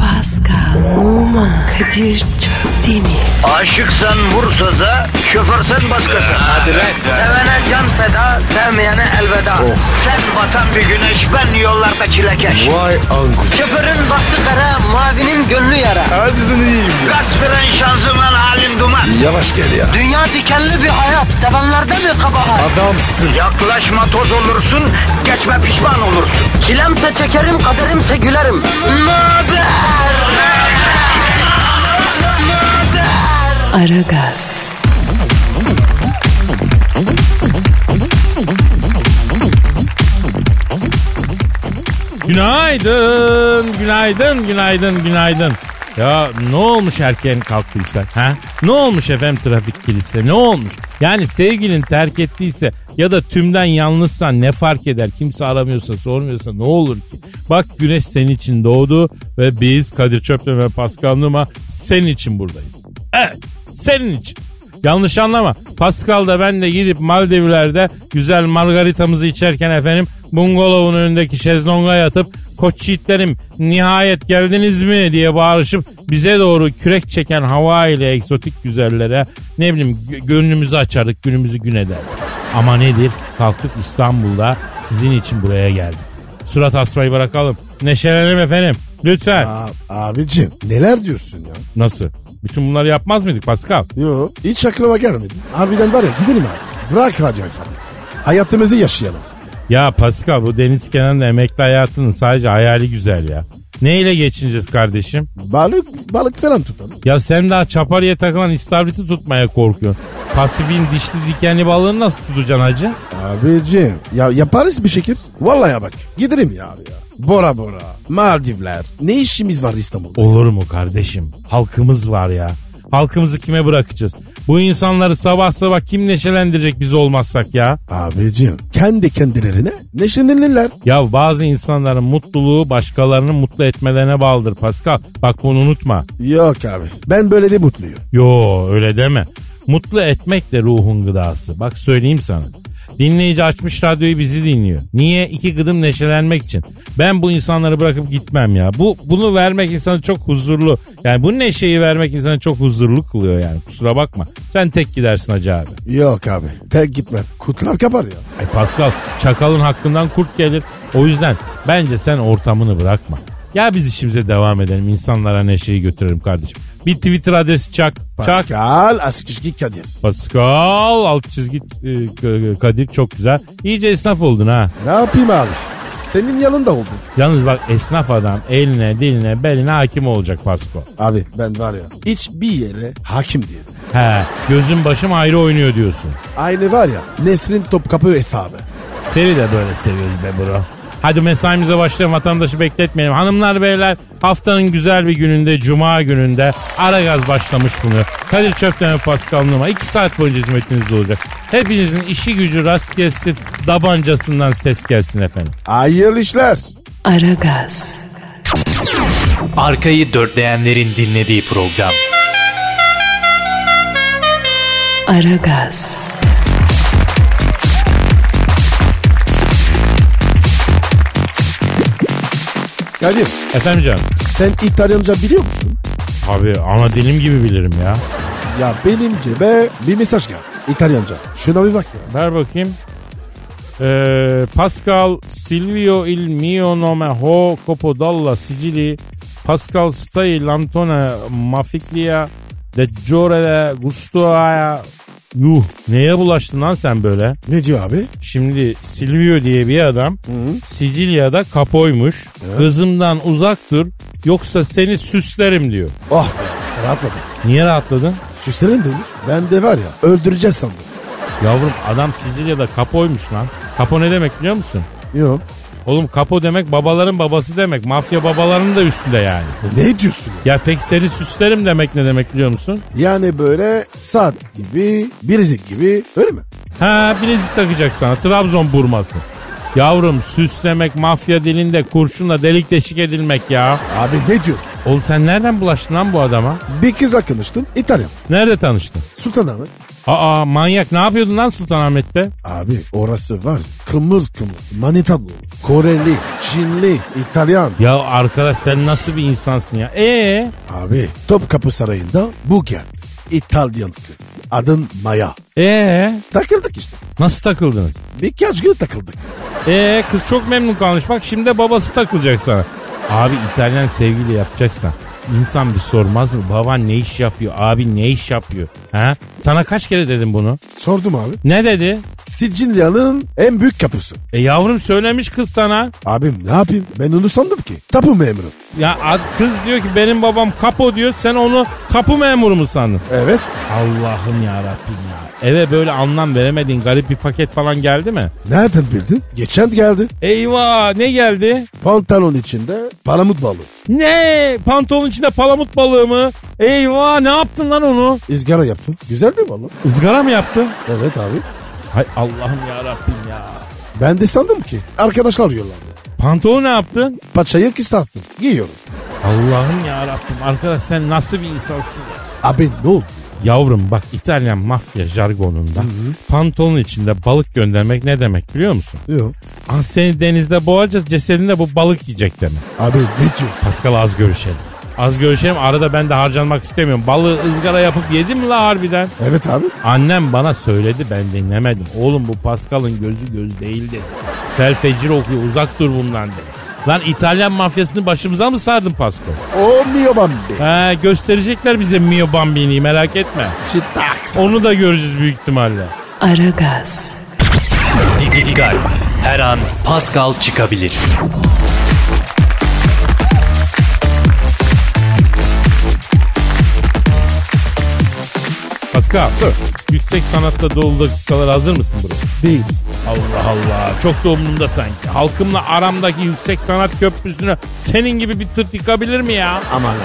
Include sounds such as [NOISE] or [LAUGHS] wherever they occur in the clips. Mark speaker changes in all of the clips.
Speaker 1: Pascal, Oman, Kadir çok değil mi?
Speaker 2: Aşıksan vursa da şoförsen başkasın.
Speaker 3: Hadi lan. Oh.
Speaker 2: Sevene can feda, sevmeyene elveda. Sen batan bir güneş, ben yollarda çilekeş.
Speaker 3: Vay anku.
Speaker 2: Şoförün baktı kara, mavinin gönlü yara.
Speaker 3: Hadi sen iyiyim ya.
Speaker 2: Kasperen şanzıman halin duman.
Speaker 3: Yavaş gel ya.
Speaker 2: Dünya dikenli bir hayat, sevenlerde mi kabahar?
Speaker 3: Adamsın.
Speaker 2: Yaklaşma toz olursun, geçme pişman olursun. Çilemse çekerim, kaderimse gülerim. Möber!
Speaker 1: Aragaz,
Speaker 4: Günaydın, günaydın, günaydın, günaydın. Ya ne olmuş erken kalktıysa? Ha? Ne olmuş efendim trafik kilise? Ne olmuş? Yani sevgilin terk ettiyse ya da tümden yalnızsan ne fark eder? Kimse aramıyorsa, sormuyorsa ne olur ki? Bak güneş senin için doğdu ve biz Kadir Çöp'le ve Pascal Numa senin için buradayız. Evet, senin için. Yanlış anlama. Pascal da ben de gidip Maldivler'de güzel margaritamızı içerken efendim bungalovun önündeki şezlonga yatıp koç yiğitlerim nihayet geldiniz mi diye bağırışıp bize doğru kürek çeken hava ile egzotik güzellere ne bileyim gö- gönlümüzü açardık günümüzü gün eder. Ama nedir? Kalktık İstanbul'da sizin için buraya geldik. Surat asmayı bırakalım. Neşelenelim efendim. Lütfen.
Speaker 3: A- abicim neler diyorsun ya?
Speaker 4: Nasıl? Bütün bunları yapmaz mıydık Pascal?
Speaker 3: Yo hiç aklıma gelmedi. Harbiden var ya gidelim abi. Bırak radyoyu falan. Hayatımızı yaşayalım.
Speaker 4: Ya Pascal bu deniz kenarında emekli hayatının sadece hayali güzel ya. Neyle geçineceğiz kardeşim?
Speaker 3: Balık balık falan tutalım.
Speaker 4: Ya sen daha çaparıya takılan istavriti tutmaya korkuyorsun. Pasifin dişli dikenli balığını nasıl tutacaksın hacı?
Speaker 3: Abicim ya yaparız bir şekil. Vallahi bak gidelim ya abi ya. Bora Bora, Maldivler. Ne işimiz var İstanbul'da?
Speaker 4: Olur mu kardeşim? Halkımız var ya. Halkımızı kime bırakacağız? Bu insanları sabah sabah kim neşelendirecek biz olmazsak ya?
Speaker 3: Abicim kendi kendilerine neşelenirler.
Speaker 4: Ya bazı insanların mutluluğu başkalarını mutlu etmelerine bağlıdır Pascal. Bak bunu unutma.
Speaker 3: Yok abi ben böyle de mutluyum.
Speaker 4: Yo öyle deme. Mutlu etmek de ruhun gıdası. Bak söyleyeyim sana. Dinleyici açmış radyoyu bizi dinliyor. Niye? İki gıdım neşelenmek için. Ben bu insanları bırakıp gitmem ya. Bu bunu vermek insanı çok huzurlu. Yani bu neşeyi vermek insanı çok huzurlu kılıyor yani. Kusura bakma. Sen tek gidersin hacı abi.
Speaker 3: Yok abi tek gitmem. Kutlar kapar ya.
Speaker 4: Ay Pascal çakalın hakkından kurt gelir. O yüzden bence sen ortamını bırakma. Ya biz işimize devam edelim. İnsanlara neşeyi götürelim kardeşim. Bir Twitter adresi çak. Çak.
Speaker 3: Pascal Askışki Kadir.
Speaker 4: Pascal alt çizgi e, K- Kadir çok güzel. İyice esnaf oldun ha.
Speaker 3: Ne yapayım abi? Senin yanında oldum.
Speaker 4: Yalnız bak esnaf adam eline diline beline hakim olacak Pasko.
Speaker 3: Abi ben var ya hiçbir yere hakim değilim.
Speaker 4: He gözüm başım ayrı oynuyor diyorsun.
Speaker 3: Aynı var ya Nesrin Topkapı hesabı.
Speaker 4: Seni de böyle seviyoruz be bro. Hadi mesaimize başlayalım vatandaşı bekletmeyelim. Hanımlar beyler haftanın güzel bir gününde cuma gününde ara gaz başlamış bulunuyor. Kadir Çöpten ve Pascal Numa 2 saat boyunca hizmetinizde olacak. Hepinizin işi gücü rast gelsin tabancasından ses gelsin efendim.
Speaker 3: Hayırlı işler.
Speaker 1: Aragaz,
Speaker 5: Arkayı dörtleyenlerin dinlediği program.
Speaker 1: Aragaz,
Speaker 3: Kadir
Speaker 4: Efendim canım.
Speaker 3: sen İtalyanca biliyor musun?
Speaker 4: Abi ana dilim gibi bilirim ya.
Speaker 3: Ya benim cebe bir mesaj geldi. İtalyanca. Şuna bir bak ya.
Speaker 4: Ver bakayım. Ee, Pascal Silvio il mio nome ho Copodalla Sicili Pascal stai lantone mafiklia de giore gustoa Yuh neye bulaştın lan sen böyle?
Speaker 3: Ne diyor abi?
Speaker 4: Şimdi Silvio diye bir adam Sicilya'da kapoymuş. Kızımdan uzak dur yoksa seni süslerim diyor.
Speaker 3: Oh rahatladım.
Speaker 4: Niye rahatladın?
Speaker 3: Süslerim dedi. Ben de var ya öldüreceğiz sandım.
Speaker 4: Yavrum adam Sicilya'da kapoymuş lan. Kapo ne demek biliyor musun?
Speaker 3: Yok.
Speaker 4: Oğlum kapo demek babaların babası demek. Mafya babalarının da üstünde yani.
Speaker 3: E Ne diyorsun ya?
Speaker 4: Ya pek seni süslerim demek ne demek biliyor musun?
Speaker 3: Yani böyle saat gibi, birizik gibi öyle mi?
Speaker 4: Ha bilezik takacak sana Trabzon burması. Yavrum süslemek mafya dilinde kurşunla delik deşik edilmek ya.
Speaker 3: Abi ne diyorsun?
Speaker 4: Oğlum sen nereden bulaştın lan bu adama?
Speaker 3: Bir kızla konuştum İtalyan.
Speaker 4: Nerede tanıştın?
Speaker 3: Sultan abi.
Speaker 4: Aa manyak ne yapıyordun lan Sultanahmet'te?
Speaker 3: Abi orası var. Kımır kımır. Manitalı. Koreli. Çinli. İtalyan.
Speaker 4: Ya arkadaş sen nasıl bir insansın ya? Ee
Speaker 3: Abi Topkapı Sarayı'nda bu geldi. İtalyan kız. Adın Maya.
Speaker 4: ee
Speaker 3: Takıldık işte.
Speaker 4: nasıl takıldınız?
Speaker 3: Birkaç gün takıldık.
Speaker 4: Ee kız çok memnun kalmış. Bak şimdi de babası takılacak sana. Abi İtalyan sevgili yapacaksan insan bir sormaz mı? Baban ne iş yapıyor? Abi ne iş yapıyor? Ha? Sana kaç kere dedim bunu?
Speaker 3: Sordum abi.
Speaker 4: Ne dedi?
Speaker 3: Sicilya'nın en büyük kapısı.
Speaker 4: E yavrum söylemiş kız sana.
Speaker 3: Abim ne yapayım? Ben onu sandım ki. Tapu memuru.
Speaker 4: Ya ad- kız diyor ki benim babam kapo diyor. Sen onu tapu memuru mu sandın?
Speaker 3: Evet.
Speaker 4: Allah'ım ya Rabbim ya. Eve böyle anlam veremediğin garip bir paket falan geldi mi?
Speaker 3: Nereden bildin? Geçen geldi.
Speaker 4: Eyvah ne geldi?
Speaker 3: Pantolon içinde palamut balığı.
Speaker 4: Ne? Pantolonun içinde palamut balığı mı? Eyvah ne yaptın lan onu?
Speaker 3: Izgara yaptım. Güzel değil mi oğlum?
Speaker 4: Izgara mı yaptın?
Speaker 3: Evet abi.
Speaker 4: Hay Allah'ım ya Rabbim ya.
Speaker 3: Ben de sandım ki. Arkadaşlar yollandı.
Speaker 4: Pantolonu ne yaptın?
Speaker 3: Paçayı kısalttım. Giyiyorum.
Speaker 4: Allah'ım ya Rabbim arkadaş sen nasıl bir insansın ya?
Speaker 3: Abi ne oldu?
Speaker 4: Yavrum bak İtalyan mafya jargonunda pantolonun içinde balık göndermek ne demek biliyor musun?
Speaker 3: Yok.
Speaker 4: Ah seni denizde boğacağız cesedinde bu balık yiyecek demek.
Speaker 3: Abi ne diyorsun?
Speaker 4: Pascal az görüşelim. Az görüşelim arada ben de harcanmak istemiyorum. Balığı ızgara yapıp yedim la harbiden.
Speaker 3: Evet abi.
Speaker 4: Annem bana söyledi ben dinlemedim. Oğlum bu Pascal'ın gözü göz değil dedi. Fel fecir okuyor uzak dur bundan dedi. Lan İtalyan mafyasını başımıza mı sardın Pascal?
Speaker 3: O Mio Bambi.
Speaker 4: He gösterecekler bize Mio Bambini'yi merak etme.
Speaker 3: Çıtaks.
Speaker 4: Onu da göreceğiz büyük ihtimalle.
Speaker 1: Aragaz,
Speaker 5: Didi Gal. Her an Pascal çıkabilir.
Speaker 4: Pascal. Yüksek sanatta dolu dakikalar hazır mısın bro?
Speaker 3: Değiliz.
Speaker 4: Allah Allah çok da umurumda sanki. Halkımla aramdaki yüksek sanat köprüsünü senin gibi bir tırt yıkabilir mi ya?
Speaker 3: Aman abi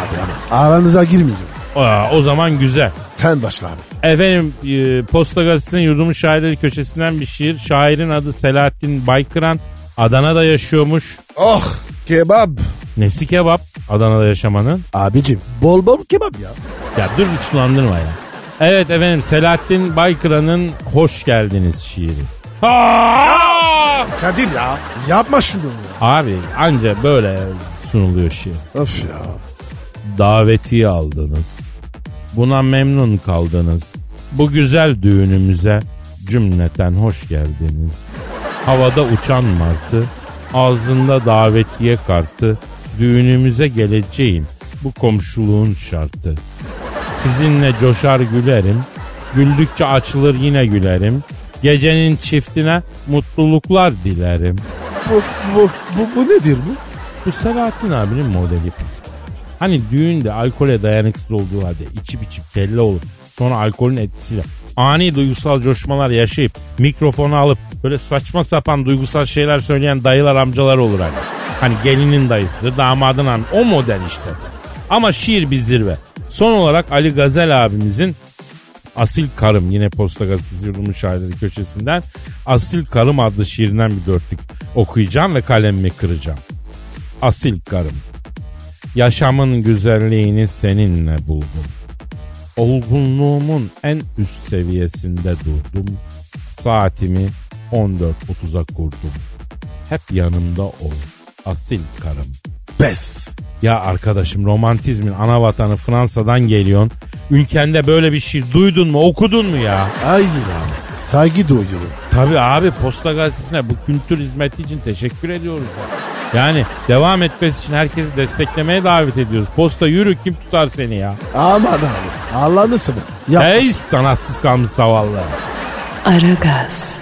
Speaker 3: aman. Aranıza girmeyeceğim.
Speaker 4: Aa, o zaman güzel.
Speaker 3: Sen başla abi.
Speaker 4: Efendim e, Posta Gazetesi'nin yurdumun şairleri köşesinden bir şiir. Şairin adı Selahattin Baykıran. Adana'da yaşıyormuş.
Speaker 3: Oh kebap.
Speaker 4: Nesi kebap Adana'da yaşamanın?
Speaker 3: Abicim bol bol kebap ya.
Speaker 4: Ya dur bir sulandırma ya. Evet efendim Selahattin Baykıran'ın Hoş Geldiniz şiiri. Aa!
Speaker 3: Kadir ya. Yapma şunu ya.
Speaker 4: Abi anca böyle sunuluyor şiir.
Speaker 3: Of ya.
Speaker 4: davetiye aldınız. Buna memnun kaldınız. Bu güzel düğünümüze cümleten hoş geldiniz. Havada uçan martı, ağzında davetiye kartı, düğünümüze geleceğim. Bu komşuluğun şartı. Sizinle coşar gülerim, güldükçe açılır yine gülerim. Gecenin çiftine mutluluklar dilerim.
Speaker 3: Bu, bu, bu, bu nedir bu?
Speaker 4: Bu Selahattin abinin modeli Pascal. Hani düğünde alkole dayanıksız olduğu halde içip içip kelle olup sonra alkolün etkisiyle ani duygusal coşmalar yaşayıp mikrofonu alıp böyle saçma sapan duygusal şeyler söyleyen dayılar amcalar olur hani. Hani gelinin dayısıdır damadın am o model işte. Ama şiir bir zirve. Son olarak Ali Gazel abimizin Asil Karım yine Posta Gazetesi yurdumun şairleri köşesinden Asil Karım adlı şiirinden bir dörtlük okuyacağım ve kalemimi kıracağım asil karım. Yaşamın güzelliğini seninle buldum. Olgunluğumun en üst seviyesinde durdum. Saatimi 14.30'a kurdum. Hep yanımda ol asil karım.
Speaker 3: Pes.
Speaker 4: Ya arkadaşım romantizmin ana vatanı Fransa'dan geliyorsun. Ülkende böyle bir şey duydun mu okudun mu ya?
Speaker 3: Hayır abi. Saygı duyuyorum.
Speaker 4: Tabii abi Posta Gazetesi'ne bu kültür hizmeti için teşekkür ediyoruz. ya. Yani devam etmesi için herkesi desteklemeye davet ediyoruz. Posta yürü kim tutar seni ya?
Speaker 3: Aman abi. Allah'ını seven. Yapma.
Speaker 4: Ey sanatsız kalmış zavallı.
Speaker 1: Aragaz,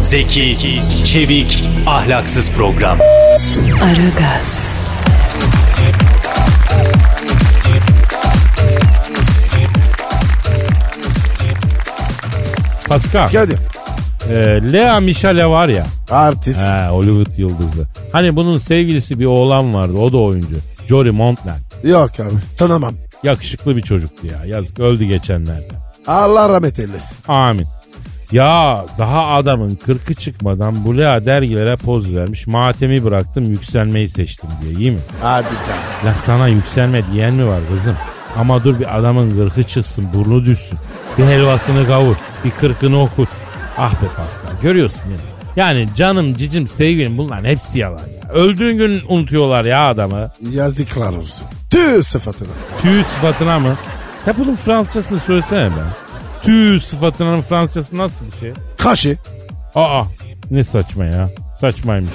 Speaker 5: Zeki, çevik, ahlaksız program.
Speaker 1: Aragaz,
Speaker 4: Pascal,
Speaker 3: Kadir.
Speaker 4: e, Lea Michele var ya,
Speaker 3: Artist.
Speaker 4: he, Hollywood yıldızı. Hani bunun sevgilisi bir oğlan vardı, o da oyuncu. Jory Montland.
Speaker 3: Yok abi. Tanımam.
Speaker 4: Yakışıklı bir çocuktu ya, yazık öldü geçenlerde.
Speaker 3: Allah rahmet eylesin.
Speaker 4: Amin. Ya daha adamın kırkı çıkmadan Bulea dergilere poz vermiş. Matemi bıraktım yükselmeyi seçtim diye iyi mi?
Speaker 3: Hadi canım.
Speaker 4: La sana yükselme diyen mi var kızım? Ama dur bir adamın gırkı çıksın, burnu düşsün. Bir helvasını kavur, bir kırkını okut. Ah be Pascal görüyorsun beni. Yani canım, cicim, sevgilim bunların hepsi yalan ya. Öldüğün gün unutuyorlar ya adamı.
Speaker 3: Yazıklar olsun. Tüh sıfatına.
Speaker 4: Tüy sıfatına mı? Ya bunun Fransızcasını söylesene be. Tüy sıfatının Fransızcası nasıl bir şey?
Speaker 3: Kaşı.
Speaker 4: Aa ne saçma ya. Saçmaymış.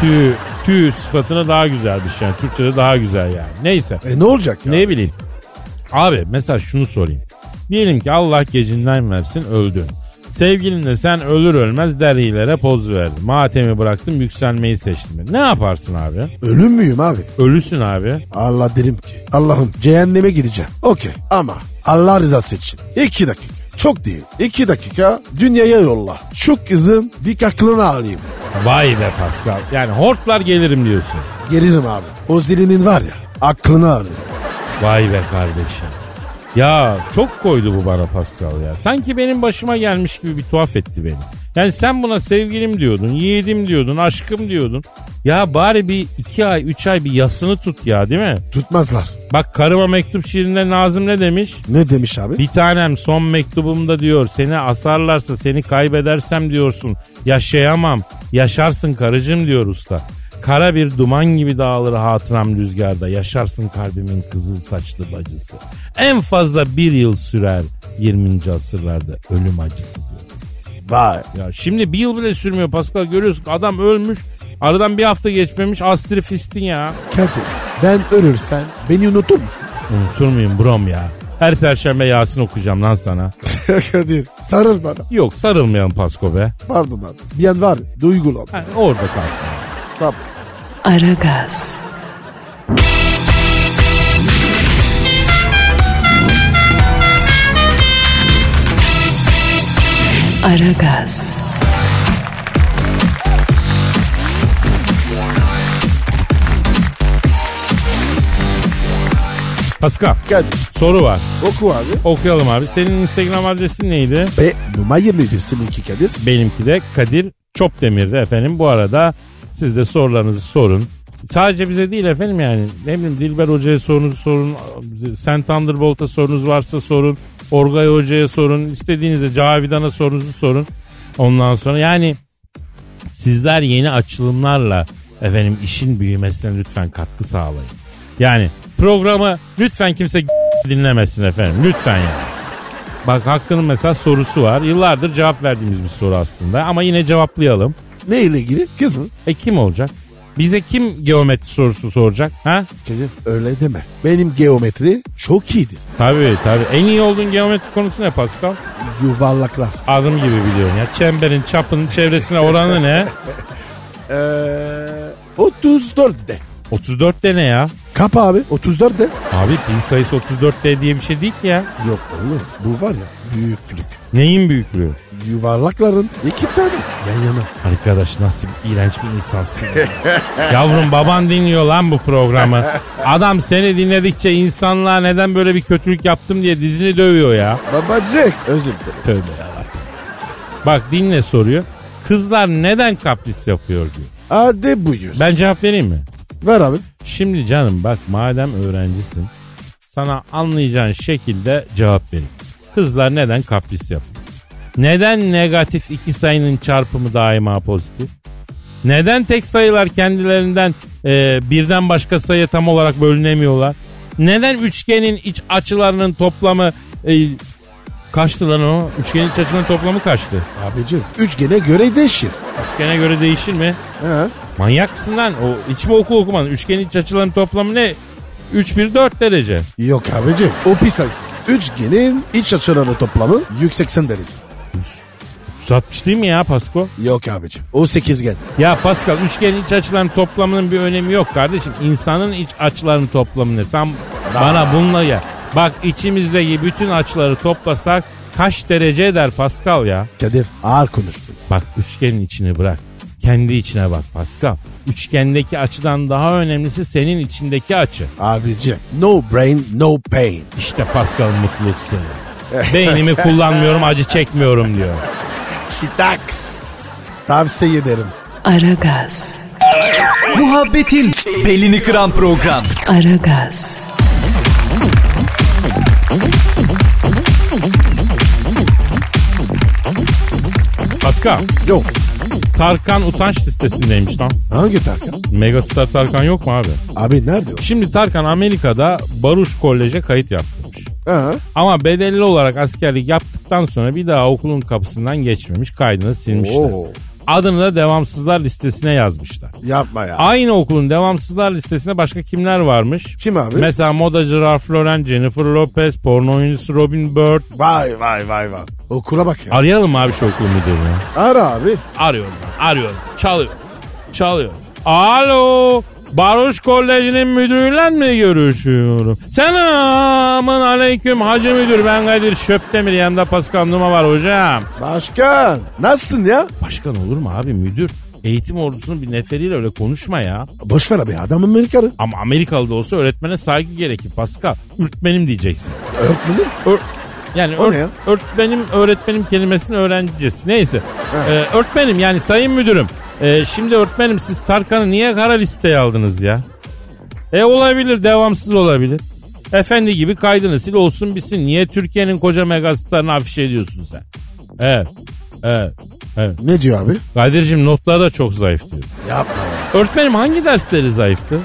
Speaker 4: Tüy, tüy sıfatına daha güzelmiş yani. Türkçe'de daha güzel yani. Neyse.
Speaker 3: E ne olacak ya?
Speaker 4: Ne bileyim. Abi mesela şunu sorayım. Diyelim ki Allah gecinden versin öldün. Sevgilinle sen ölür ölmez derilere poz verdin. Matemi bıraktın yükselmeyi seçtin. Ne yaparsın abi?
Speaker 3: Ölüm müyüm abi?
Speaker 4: Ölüsün abi.
Speaker 3: Allah derim ki Allah'ım cehenneme gideceğim. Okey ama Allah rızası için. İki dakika. Çok değil. İki dakika dünyaya yolla. Şu kızın bir aklını alayım.
Speaker 4: Vay be Pascal. Yani hortlar gelirim diyorsun.
Speaker 3: Gelirim abi. O zilinin var ya aklını alırım.
Speaker 4: Vay be kardeşim. Ya çok koydu bu bana Pascal ya. Sanki benim başıma gelmiş gibi bir tuhaf etti beni. Yani sen buna sevgilim diyordun, yiğidim diyordun, aşkım diyordun. Ya bari bir iki ay, üç ay bir yasını tut ya değil mi?
Speaker 3: Tutmazlar.
Speaker 4: Bak karıma mektup şiirinde Nazım ne demiş?
Speaker 3: Ne demiş abi?
Speaker 4: Bir tanem son mektubumda diyor seni asarlarsa seni kaybedersem diyorsun yaşayamam yaşarsın karıcığım diyor usta. Kara bir duman gibi dağılır hatıram rüzgarda yaşarsın kalbimin kızıl saçlı bacısı. En fazla bir yıl sürer 20. asırlarda ölüm acısı diyor.
Speaker 3: Vay.
Speaker 4: Ya şimdi bir yıl bile sürmüyor Pascal görüyorsun ki adam ölmüş aradan bir hafta geçmemiş astri fistin ya.
Speaker 3: Kadir ben ölürsen beni unutur musun? [LAUGHS]
Speaker 4: Unutur muyum brom ya? Her perşembe Yasin okuyacağım lan sana.
Speaker 3: Kadir sarıl bana.
Speaker 4: Yok sarılmayalım Pasko be.
Speaker 3: Pardon abi. Bir an var ya, duygulan.
Speaker 4: Ha, orada kalsın.
Speaker 3: Tamam.
Speaker 1: Aragaz, Aragaz,
Speaker 4: Pascal
Speaker 3: Kadir
Speaker 4: soru var.
Speaker 3: oku abi.
Speaker 4: Okuyalım abi. Senin Instagram adresin neydi?
Speaker 3: Ve numara 21 seninki Kadir.
Speaker 4: Benimki de Kadir Çopdemir'di efendim. Bu arada siz de sorularınızı sorun. Sadece bize değil efendim yani. Ne bileyim Dilber Hoca'ya sorunuzu sorun. Sen Thunderbolt'a sorunuz varsa sorun. Orgay Hoca'ya sorun. İstediğinizde Cavidan'a sorunuzu sorun. Ondan sonra yani sizler yeni açılımlarla efendim işin büyümesine lütfen katkı sağlayın. Yani programı lütfen kimse [LAUGHS] dinlemesin efendim. Lütfen yani. Bak Hakkı'nın mesela sorusu var. Yıllardır cevap verdiğimiz bir soru aslında ama yine cevaplayalım.
Speaker 3: Ne ile ilgili? Kız mı?
Speaker 4: E kim olacak? Bize kim geometri sorusu soracak? Ha?
Speaker 3: Kadir öyle deme. Benim geometri çok iyidir.
Speaker 4: Tabii tabii. En iyi olduğun geometri konusu ne Pascal?
Speaker 3: Yuvarlaklar.
Speaker 4: Adım gibi biliyorum ya. Çemberin çapının çevresine oranı ne? [LAUGHS]
Speaker 3: Eee 34 de.
Speaker 4: 34 de ne ya?
Speaker 3: Kap abi 34 de.
Speaker 4: Abi pi sayısı 34 de diye bir şey değil ki ya.
Speaker 3: Yok oğlum bu var ya büyüklük.
Speaker 4: Neyin büyüklüğü?
Speaker 3: Yuvarlakların iki tane yan yana.
Speaker 4: Arkadaş nasıl bir iğrenç bir insansın. [LAUGHS] ya. Yavrum baban dinliyor lan bu programı. Adam seni dinledikçe insanlığa neden böyle bir kötülük yaptım diye dizini dövüyor ya.
Speaker 3: Babacık özür dilerim.
Speaker 4: Tövbe yarabbim. Bak dinle soruyor. Kızlar neden kapris yapıyor diyor.
Speaker 3: Hadi buyur.
Speaker 4: Ben cevap vereyim mi?
Speaker 3: Ver abi.
Speaker 4: Şimdi canım bak madem öğrencisin sana anlayacağın şekilde cevap verin. Kızlar neden kapris yapıyor? Neden negatif iki sayının çarpımı daima pozitif? Neden tek sayılar kendilerinden e, birden başka sayıya tam olarak bölünemiyorlar? Neden üçgenin iç açılarının toplamı e, kaçtı lan o? Üçgenin iç açılarının toplamı kaçtı.
Speaker 3: Abicim üçgene göre değişir.
Speaker 4: Üçgene göre değişir mi?
Speaker 3: He.
Speaker 4: Manyak mısın lan? O hiç mi okul okumadın? Üçgenin iç açılarının toplamı ne? 3 1 4 derece.
Speaker 3: Yok abicim o pi sayısı. Üçgenin iç açılarının toplamı 180 derece.
Speaker 4: 360 değil mi ya Pasko?
Speaker 3: Yok abicim o sekizgen.
Speaker 4: Ya Pascal üçgenin iç açılarının toplamının bir önemi yok kardeşim. İnsanın iç açılarının toplamı ne? Sen bana bununla ya. Bak içimizdeki bütün açıları toplasak kaç derece eder Pascal ya?
Speaker 3: Kadir ağır konuştun.
Speaker 4: Bak üçgenin içini bırak. Kendi içine bak Pascal. Üçgendeki açıdan daha önemlisi senin içindeki açı.
Speaker 3: Abicim no brain no pain.
Speaker 4: İşte Pascal mutluluk sırrı. Beynimi kullanmıyorum acı çekmiyorum diyor.
Speaker 3: Şitaks. Tavsiye ederim.
Speaker 1: Aragaz,
Speaker 5: Muhabbetin belini kıran program.
Speaker 1: Aragaz,
Speaker 4: Pascal,
Speaker 3: Yok.
Speaker 4: Tarkan utanç listesindeymiş lan.
Speaker 3: Hangi Tarkan?
Speaker 4: Megastar Tarkan yok mu abi?
Speaker 3: Abi nerede o?
Speaker 4: Şimdi Tarkan Amerika'da Baruş Kolej'e kayıt yaptırmış.
Speaker 3: Ha?
Speaker 4: Ama bedelli olarak askerlik yaptıktan sonra bir daha okulun kapısından geçmemiş. Kaydını silmişler.
Speaker 3: Oo.
Speaker 4: Adını da devamsızlar listesine yazmışlar.
Speaker 3: Yapma ya.
Speaker 4: Aynı okulun devamsızlar listesinde başka kimler varmış?
Speaker 3: Kim abi?
Speaker 4: Mesela modacı Ralph Lauren, Jennifer Lopez, porno oyuncusu Robin Bird.
Speaker 3: Vay vay vay vay. Okula bak ya.
Speaker 4: Arayalım mı abi şu okul müdürünü.
Speaker 3: Ara abi.
Speaker 4: Arıyorum ben, arıyorum. Çalıyor. Çalıyor. Alo. Barış Koleji'nin müdürüyle mi görüşüyorum? Selamın aleyküm hacı müdür ben Kadir Şöptemir yanımda Pascal Numa var hocam.
Speaker 3: Başkan. Nasılsın ya?
Speaker 4: Başkan olur mu abi müdür? Eğitim ordusunun bir neferiyle öyle konuşma ya.
Speaker 3: Boş ver abi adamın Amerikalı.
Speaker 4: Ama Amerikalı da olsa öğretmene saygı gerekir Pascal. Ürtmenim diyeceksin.
Speaker 3: Öğretmenim.
Speaker 4: Ör- yani
Speaker 3: O
Speaker 4: ört,
Speaker 3: ne ya?
Speaker 4: örtmenim öğretmenim kelimesini öğreneceğiz. Neyse. Ee, örtmenim yani sayın müdürüm. Ee, şimdi örtmenim siz Tarkan'ı niye kara listeye aldınız ya? E olabilir devamsız olabilir. Efendi gibi kaydını sil olsun bitsin. Niye Türkiye'nin koca megastarını afişe ediyorsun sen? Evet. Evet. Evet.
Speaker 3: Ne diyor abi?
Speaker 4: Kadir'cim notlar da çok zayıf diyor.
Speaker 3: Yapma ya.
Speaker 4: Örtmenim hangi dersleri zayıftı?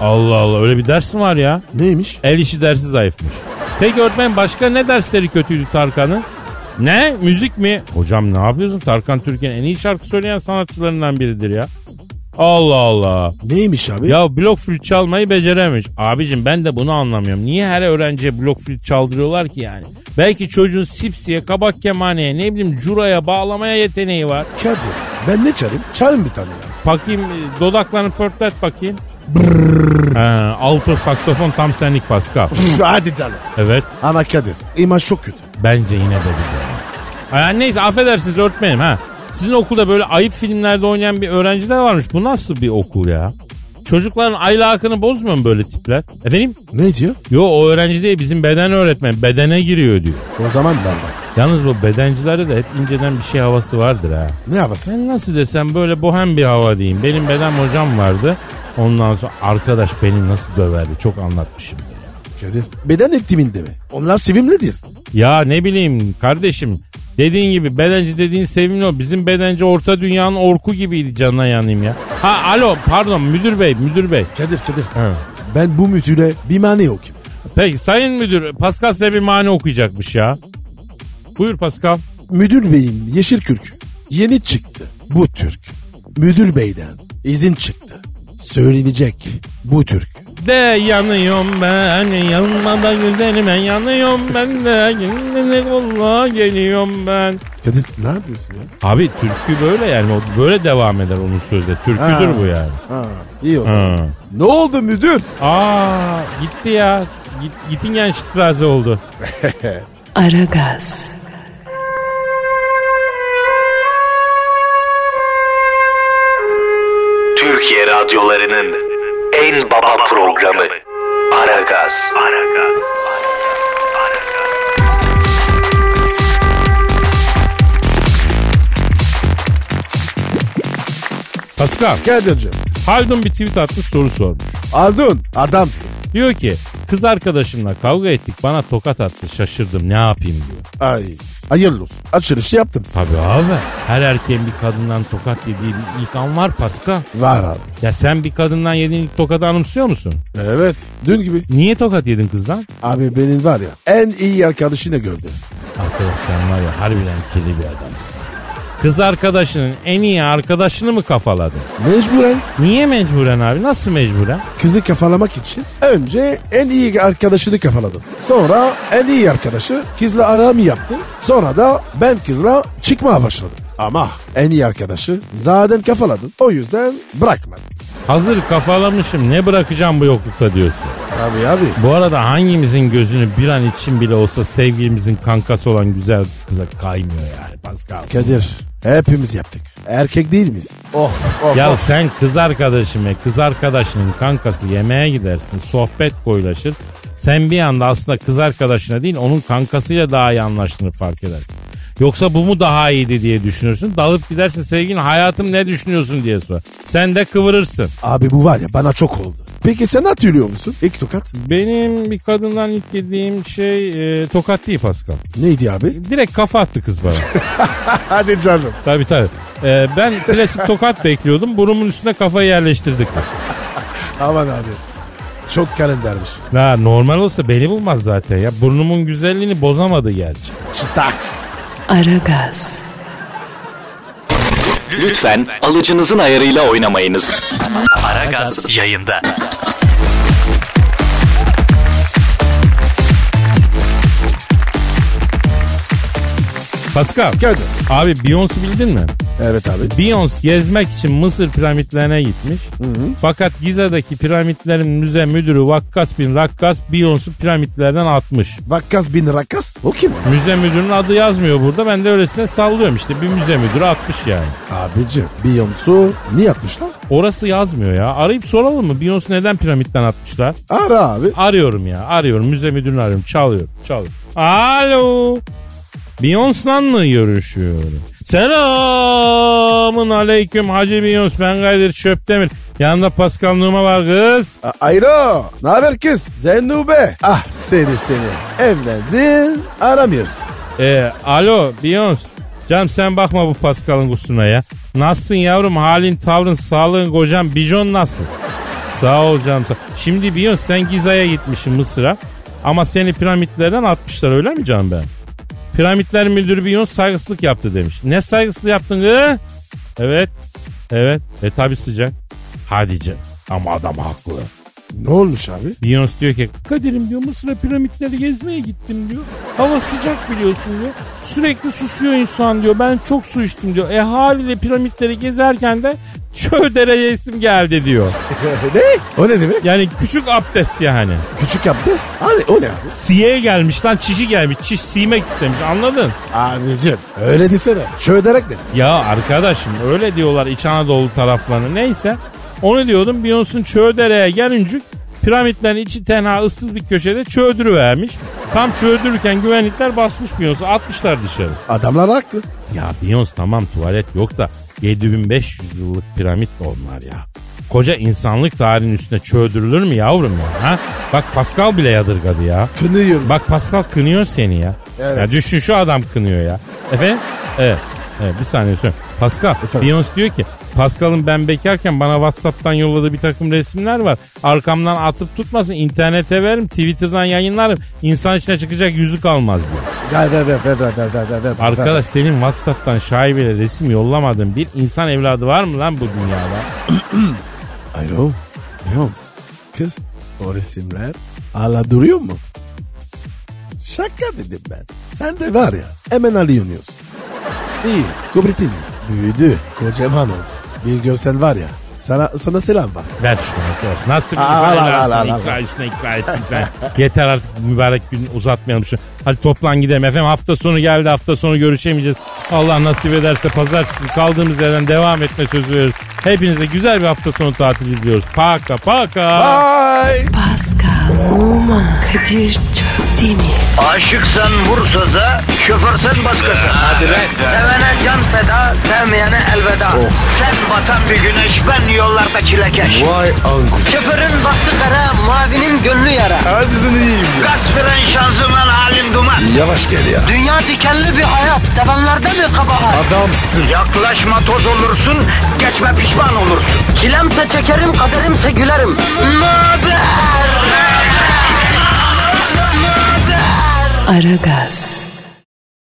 Speaker 4: Allah Allah öyle bir ders mi var ya?
Speaker 3: Neymiş?
Speaker 4: El işi dersi zayıfmış. Peki öğretmen başka ne dersleri kötüydü Tarkan'ın? Ne? Müzik mi? Hocam ne yapıyorsun? Tarkan Türkiye'nin en iyi şarkı söyleyen sanatçılarından biridir ya. Allah Allah.
Speaker 3: Neymiş abi?
Speaker 4: Ya blok flüt çalmayı becerememiş. Abicim ben de bunu anlamıyorum. Niye her öğrenciye blok flüt çaldırıyorlar ki yani? Belki çocuğun sipsiye, kabak kemaneye, ne bileyim curaya, bağlamaya yeteneği var.
Speaker 3: Kadir ben ne çalayım? Çalayım bir tane ya.
Speaker 4: Bakayım e, dodaklarını pörtlet bakayım. Ha, alto saksofon tam senlik Pascal.
Speaker 3: Üf, Hadi canım.
Speaker 4: evet.
Speaker 3: Ama Kadir imaj çok kötü.
Speaker 4: Bence yine de bir dene. Aa, neyse affedersiniz örtmenim ha. Sizin okulda böyle ayıp filmlerde oynayan bir öğrenciler varmış. Bu nasıl bir okul ya? Çocukların aylakını bozmuyor mu böyle tipler? Efendim?
Speaker 3: Ne diyor?
Speaker 4: Yo o öğrenci değil bizim beden öğretmen. Bedene giriyor diyor.
Speaker 3: O zaman ben var.
Speaker 4: Yalnız bu bedencilerde de hep inceden bir şey havası vardır ha.
Speaker 3: Ne havası?
Speaker 4: Ben nasıl desem böyle bohem bir hava diyeyim. Benim beden hocam vardı. Ondan sonra arkadaş beni nasıl döverdi çok anlatmışım. Ya.
Speaker 3: Kadir beden eğitiminde mi? Onlar sevimlidir.
Speaker 4: Ya ne bileyim kardeşim dediğin gibi bedenci dediğin sevimli o. Bizim bedenci orta dünyanın orku gibiydi canına yanayım ya. Ha alo pardon müdür bey müdür bey.
Speaker 3: Kadir Kadir
Speaker 4: Ha.
Speaker 3: ben bu müdüre bir mani okuyayım.
Speaker 4: Peki sayın müdür Pascal size bir mani okuyacakmış ya. Buyur Pascal.
Speaker 3: Müdür beyin yeşil kürkü yeni çıktı. Bu Türk. Müdür beyden izin çıktı. Söylenecek bu Türk.
Speaker 4: De yanıyorum ben yanmadan güzelim ben yanıyorum ben de kendini kolla geliyorum ben.
Speaker 3: Kadir ne yapıyorsun ya?
Speaker 4: Abi türkü böyle yani o böyle devam eder onun sözde. Türküdür
Speaker 3: Ha.
Speaker 4: bu yani.
Speaker 3: Ha, iyi o zaman.
Speaker 4: Ha.
Speaker 3: Ne oldu müdür?
Speaker 4: Aa gitti ya. Git, gitingen şıtrazi oldu.
Speaker 1: Aragaz,
Speaker 6: Türkiye radyolarının en baba programı Aragaz.
Speaker 4: Pascal,
Speaker 3: Kadir'cim
Speaker 4: Haldun bir tweet atmış soru sormuş.
Speaker 3: aldın adamsın.
Speaker 4: Diyor ki kız arkadaşımla kavga ettik bana tokat attı şaşırdım ne yapayım diyor.
Speaker 3: Ay hayırlı olsun. Açılışı yaptım.
Speaker 4: Tabii abi her erkeğin bir kadından tokat yediği bir ilk an var Pascal.
Speaker 3: Var abi.
Speaker 4: Ya sen bir kadından yediğin ilk tokadı anımsıyor musun?
Speaker 3: Evet dün gibi.
Speaker 4: Niye tokat yedin kızdan?
Speaker 3: Abi benim var ya en iyi arkadaşını gördü.
Speaker 4: Arkadaş sen var ya harbiden kirli bir adamsın. Kız arkadaşının en iyi arkadaşını mı kafaladı?
Speaker 3: Mecburen
Speaker 4: Niye mecburen abi? Nasıl mecburen?
Speaker 3: kızı kafalamak için önce en iyi arkadaşını kafaladım. Sonra en iyi arkadaşı kızla aramı yaptı. Sonra da ben kızla çıkmaya başladım. Ama en iyi arkadaşı zaten kafaladın. O yüzden bırakmadım.
Speaker 4: Hazır kafalamışım ne bırakacağım bu yoklukta diyorsun.
Speaker 3: Tabii abi.
Speaker 4: Bu arada hangimizin gözünü bir an için bile olsa sevgilimizin kankası olan güzel kıza kaymıyor yani Pascal.
Speaker 3: Kadir hepimiz yaptık. Erkek değil miyiz? Of of.
Speaker 4: Ya
Speaker 3: of.
Speaker 4: sen kız arkadaşın ve kız arkadaşının kankası yemeğe gidersin, sohbet koyulaşır. Sen bir anda aslında kız arkadaşına değil onun kankasıyla daha iyi anlaştığını fark edersin. Yoksa bu mu daha iyiydi diye düşünürsün. Dalıp gidersin sevgilin hayatım ne düşünüyorsun diye sor. Sen de kıvırırsın.
Speaker 3: Abi bu var ya bana çok oldu. Peki sen hatırlıyor musun? İlk tokat.
Speaker 4: Benim bir kadından ilk yediğim şey e, tokat değil Pascal.
Speaker 3: Neydi abi?
Speaker 4: Direkt kafa attı kız bana.
Speaker 3: Hadi canım.
Speaker 4: tabii tabii. E, ben klasik tokat bekliyordum. Burumun üstüne kafayı yerleştirdik.
Speaker 3: Aman abi. Çok kalendermiş.
Speaker 4: Ha, normal olsa beni bulmaz zaten ya. Burnumun güzelliğini bozamadı gerçi.
Speaker 3: Çıtaks.
Speaker 1: Aragaz,
Speaker 6: Lütfen alıcınızın ayarıyla oynamayınız.
Speaker 5: Aragaz yayında.
Speaker 4: Pascal.
Speaker 3: Geldi.
Speaker 4: Abi Beyoncé bildin mi?
Speaker 3: Evet abi.
Speaker 4: Beyoncé gezmek için Mısır piramitlerine gitmiş. Fakat Giza'daki piramitlerin müze müdürü Vakkas bin Rakkas Beyoncé piramitlerden atmış.
Speaker 3: Vakkas bin rakas. O kim? ya?
Speaker 4: Müze müdürünün adı yazmıyor burada. Ben de öylesine sallıyorum işte. Bir müze müdürü atmış yani.
Speaker 3: Abicim Beyoncé niye yapmışlar?
Speaker 4: Orası yazmıyor ya. Arayıp soralım mı? Beyoncé neden piramitten atmışlar?
Speaker 3: Ara abi.
Speaker 4: Arıyorum ya. Arıyorum. Müze müdürünü arıyorum. Çalıyorum. Çalıyorum. Alo. Beyoncé'la mı görüşüyorum? Selamın aleyküm Hacı Beyoncé. Ben Kadir Çöptemir. Yanında Pascal Numa var kız.
Speaker 3: A- Ayro. Ne haber kız? Zennube. Ah seni seni. Evlendin. Aramıyoruz.
Speaker 4: Ee, alo Beyoncé. Canım sen bakma bu Pascal'ın kusuruna ya. Nasılsın yavrum? Halin, tavrın, sağlığın, kocan, bijon nasıl? Sağ ol canım. sağ- Şimdi Beyoncé sen Giza'ya gitmişsin Mısır'a. Ama seni piramitlerden atmışlar öyle mi canım ben? Piramitler müdürü Beyoncé saygısızlık yaptı demiş. Ne saygısızlık yaptın gı? Evet. Evet. E tabi sıcak. Hadi canım. Ama adam haklı.
Speaker 3: Ne olmuş abi? [LAUGHS]
Speaker 4: Beyoncé diyor ki Kadir'im diyor Mısır'a piramitleri gezmeye gittim diyor. Hava sıcak biliyorsun diyor. Sürekli susuyor insan diyor. Ben çok su içtim diyor. E haliyle piramitleri gezerken de çöldere yesim geldi diyor.
Speaker 3: ne? O ne demek?
Speaker 4: Yani küçük abdest yani.
Speaker 3: Küçük abdest. Hadi o ne abi?
Speaker 4: Siye gelmiş lan çişi gelmiş. Çiş silmek istemiş anladın?
Speaker 3: Abicim öyle desene. Çöderek ne?
Speaker 4: Ya arkadaşım öyle diyorlar İç Anadolu taraflarını neyse. Onu diyordum Beyoncé'nin Çöğdere'ye gelincik piramitlerin içi tenha ıssız bir köşede çöğdürü vermiş. Tam çöğdürürken güvenlikler basmış Beyoncé atmışlar dışarı.
Speaker 3: Adamlar haklı.
Speaker 4: Ya Beyoncé tamam tuvalet yok da 7500 yıllık piramit de onlar ya. Koca insanlık tarihinin üstüne çöğdürülür mü yavrum ya? Ha? Bak Pascal bile yadırgadı ya.
Speaker 3: Kınıyorum.
Speaker 4: Bak Pascal kınıyor seni ya.
Speaker 3: Evet.
Speaker 4: Ya düşün şu adam kınıyor ya. Efendim? Evet. Evet, bir saniye söyleyeyim. Pascal,
Speaker 3: Efendim?
Speaker 4: Beyoncé diyor ki Pascal'ın ben bekarken bana Whatsapp'tan yolladığı bir takım resimler var. Arkamdan atıp tutmasın internete veririm, Twitter'dan yayınlarım. İnsan içine çıkacak yüzü kalmaz diyor.
Speaker 3: Ver ver ver ver ver ver ver ver. ver.
Speaker 4: Arkadaş senin Whatsapp'tan şaibeli resim yollamadığın bir insan evladı var mı lan bu dünyada?
Speaker 3: Alo. Beyoncé. Kız o resimler hala duruyor mu? Şaka dedim ben. Sen de var ya hemen alıyorsunuz. İyi. Kubritini. Büyüdü. Kocaman oldu. Bir görsel var ya. Sana, sana selam var.
Speaker 4: Ver şunu arkadaş. Nasıl bir
Speaker 3: Al,
Speaker 4: insan
Speaker 3: al, al,
Speaker 4: evladı
Speaker 3: al,
Speaker 4: sana?
Speaker 3: al.
Speaker 4: ikra üstüne ikra et. ikra et. Yeter artık bu mübarek gün uzatmayalım şunu. Hadi toplan gidelim efendim. Hafta sonu geldi hafta sonu görüşemeyeceğiz. Allah nasip ederse pazartesi kaldığımız yerden devam etme sözü veriyoruz. Hepinize güzel bir hafta sonu tatili diliyoruz. Paka paka.
Speaker 3: Bye.
Speaker 1: Pascal, Oman, Kadir çok değil mi?
Speaker 2: Aşıksan vursa da, şoförsen başkasın. Hadi Sevene can feda, sevmeyene elveda.
Speaker 3: Oh.
Speaker 2: Sen batan bir güneş, ben yollarda çilekeş.
Speaker 3: Vay anku.
Speaker 2: Şoförün baktı kara, mavinin gönlü yara.
Speaker 3: Hadi sen iyiyim ya.
Speaker 2: Kasperen şanzıman halin duman.
Speaker 3: Yavaş gel ya.
Speaker 2: Dünya dikenli bir hayat, sevenlerde mi kabahar?
Speaker 3: Adamsın.
Speaker 2: Yaklaşma toz olursun, geçme pişman olursun. Çilemse çekerim, kaderimse gülerim. Möber!
Speaker 1: Aragaz.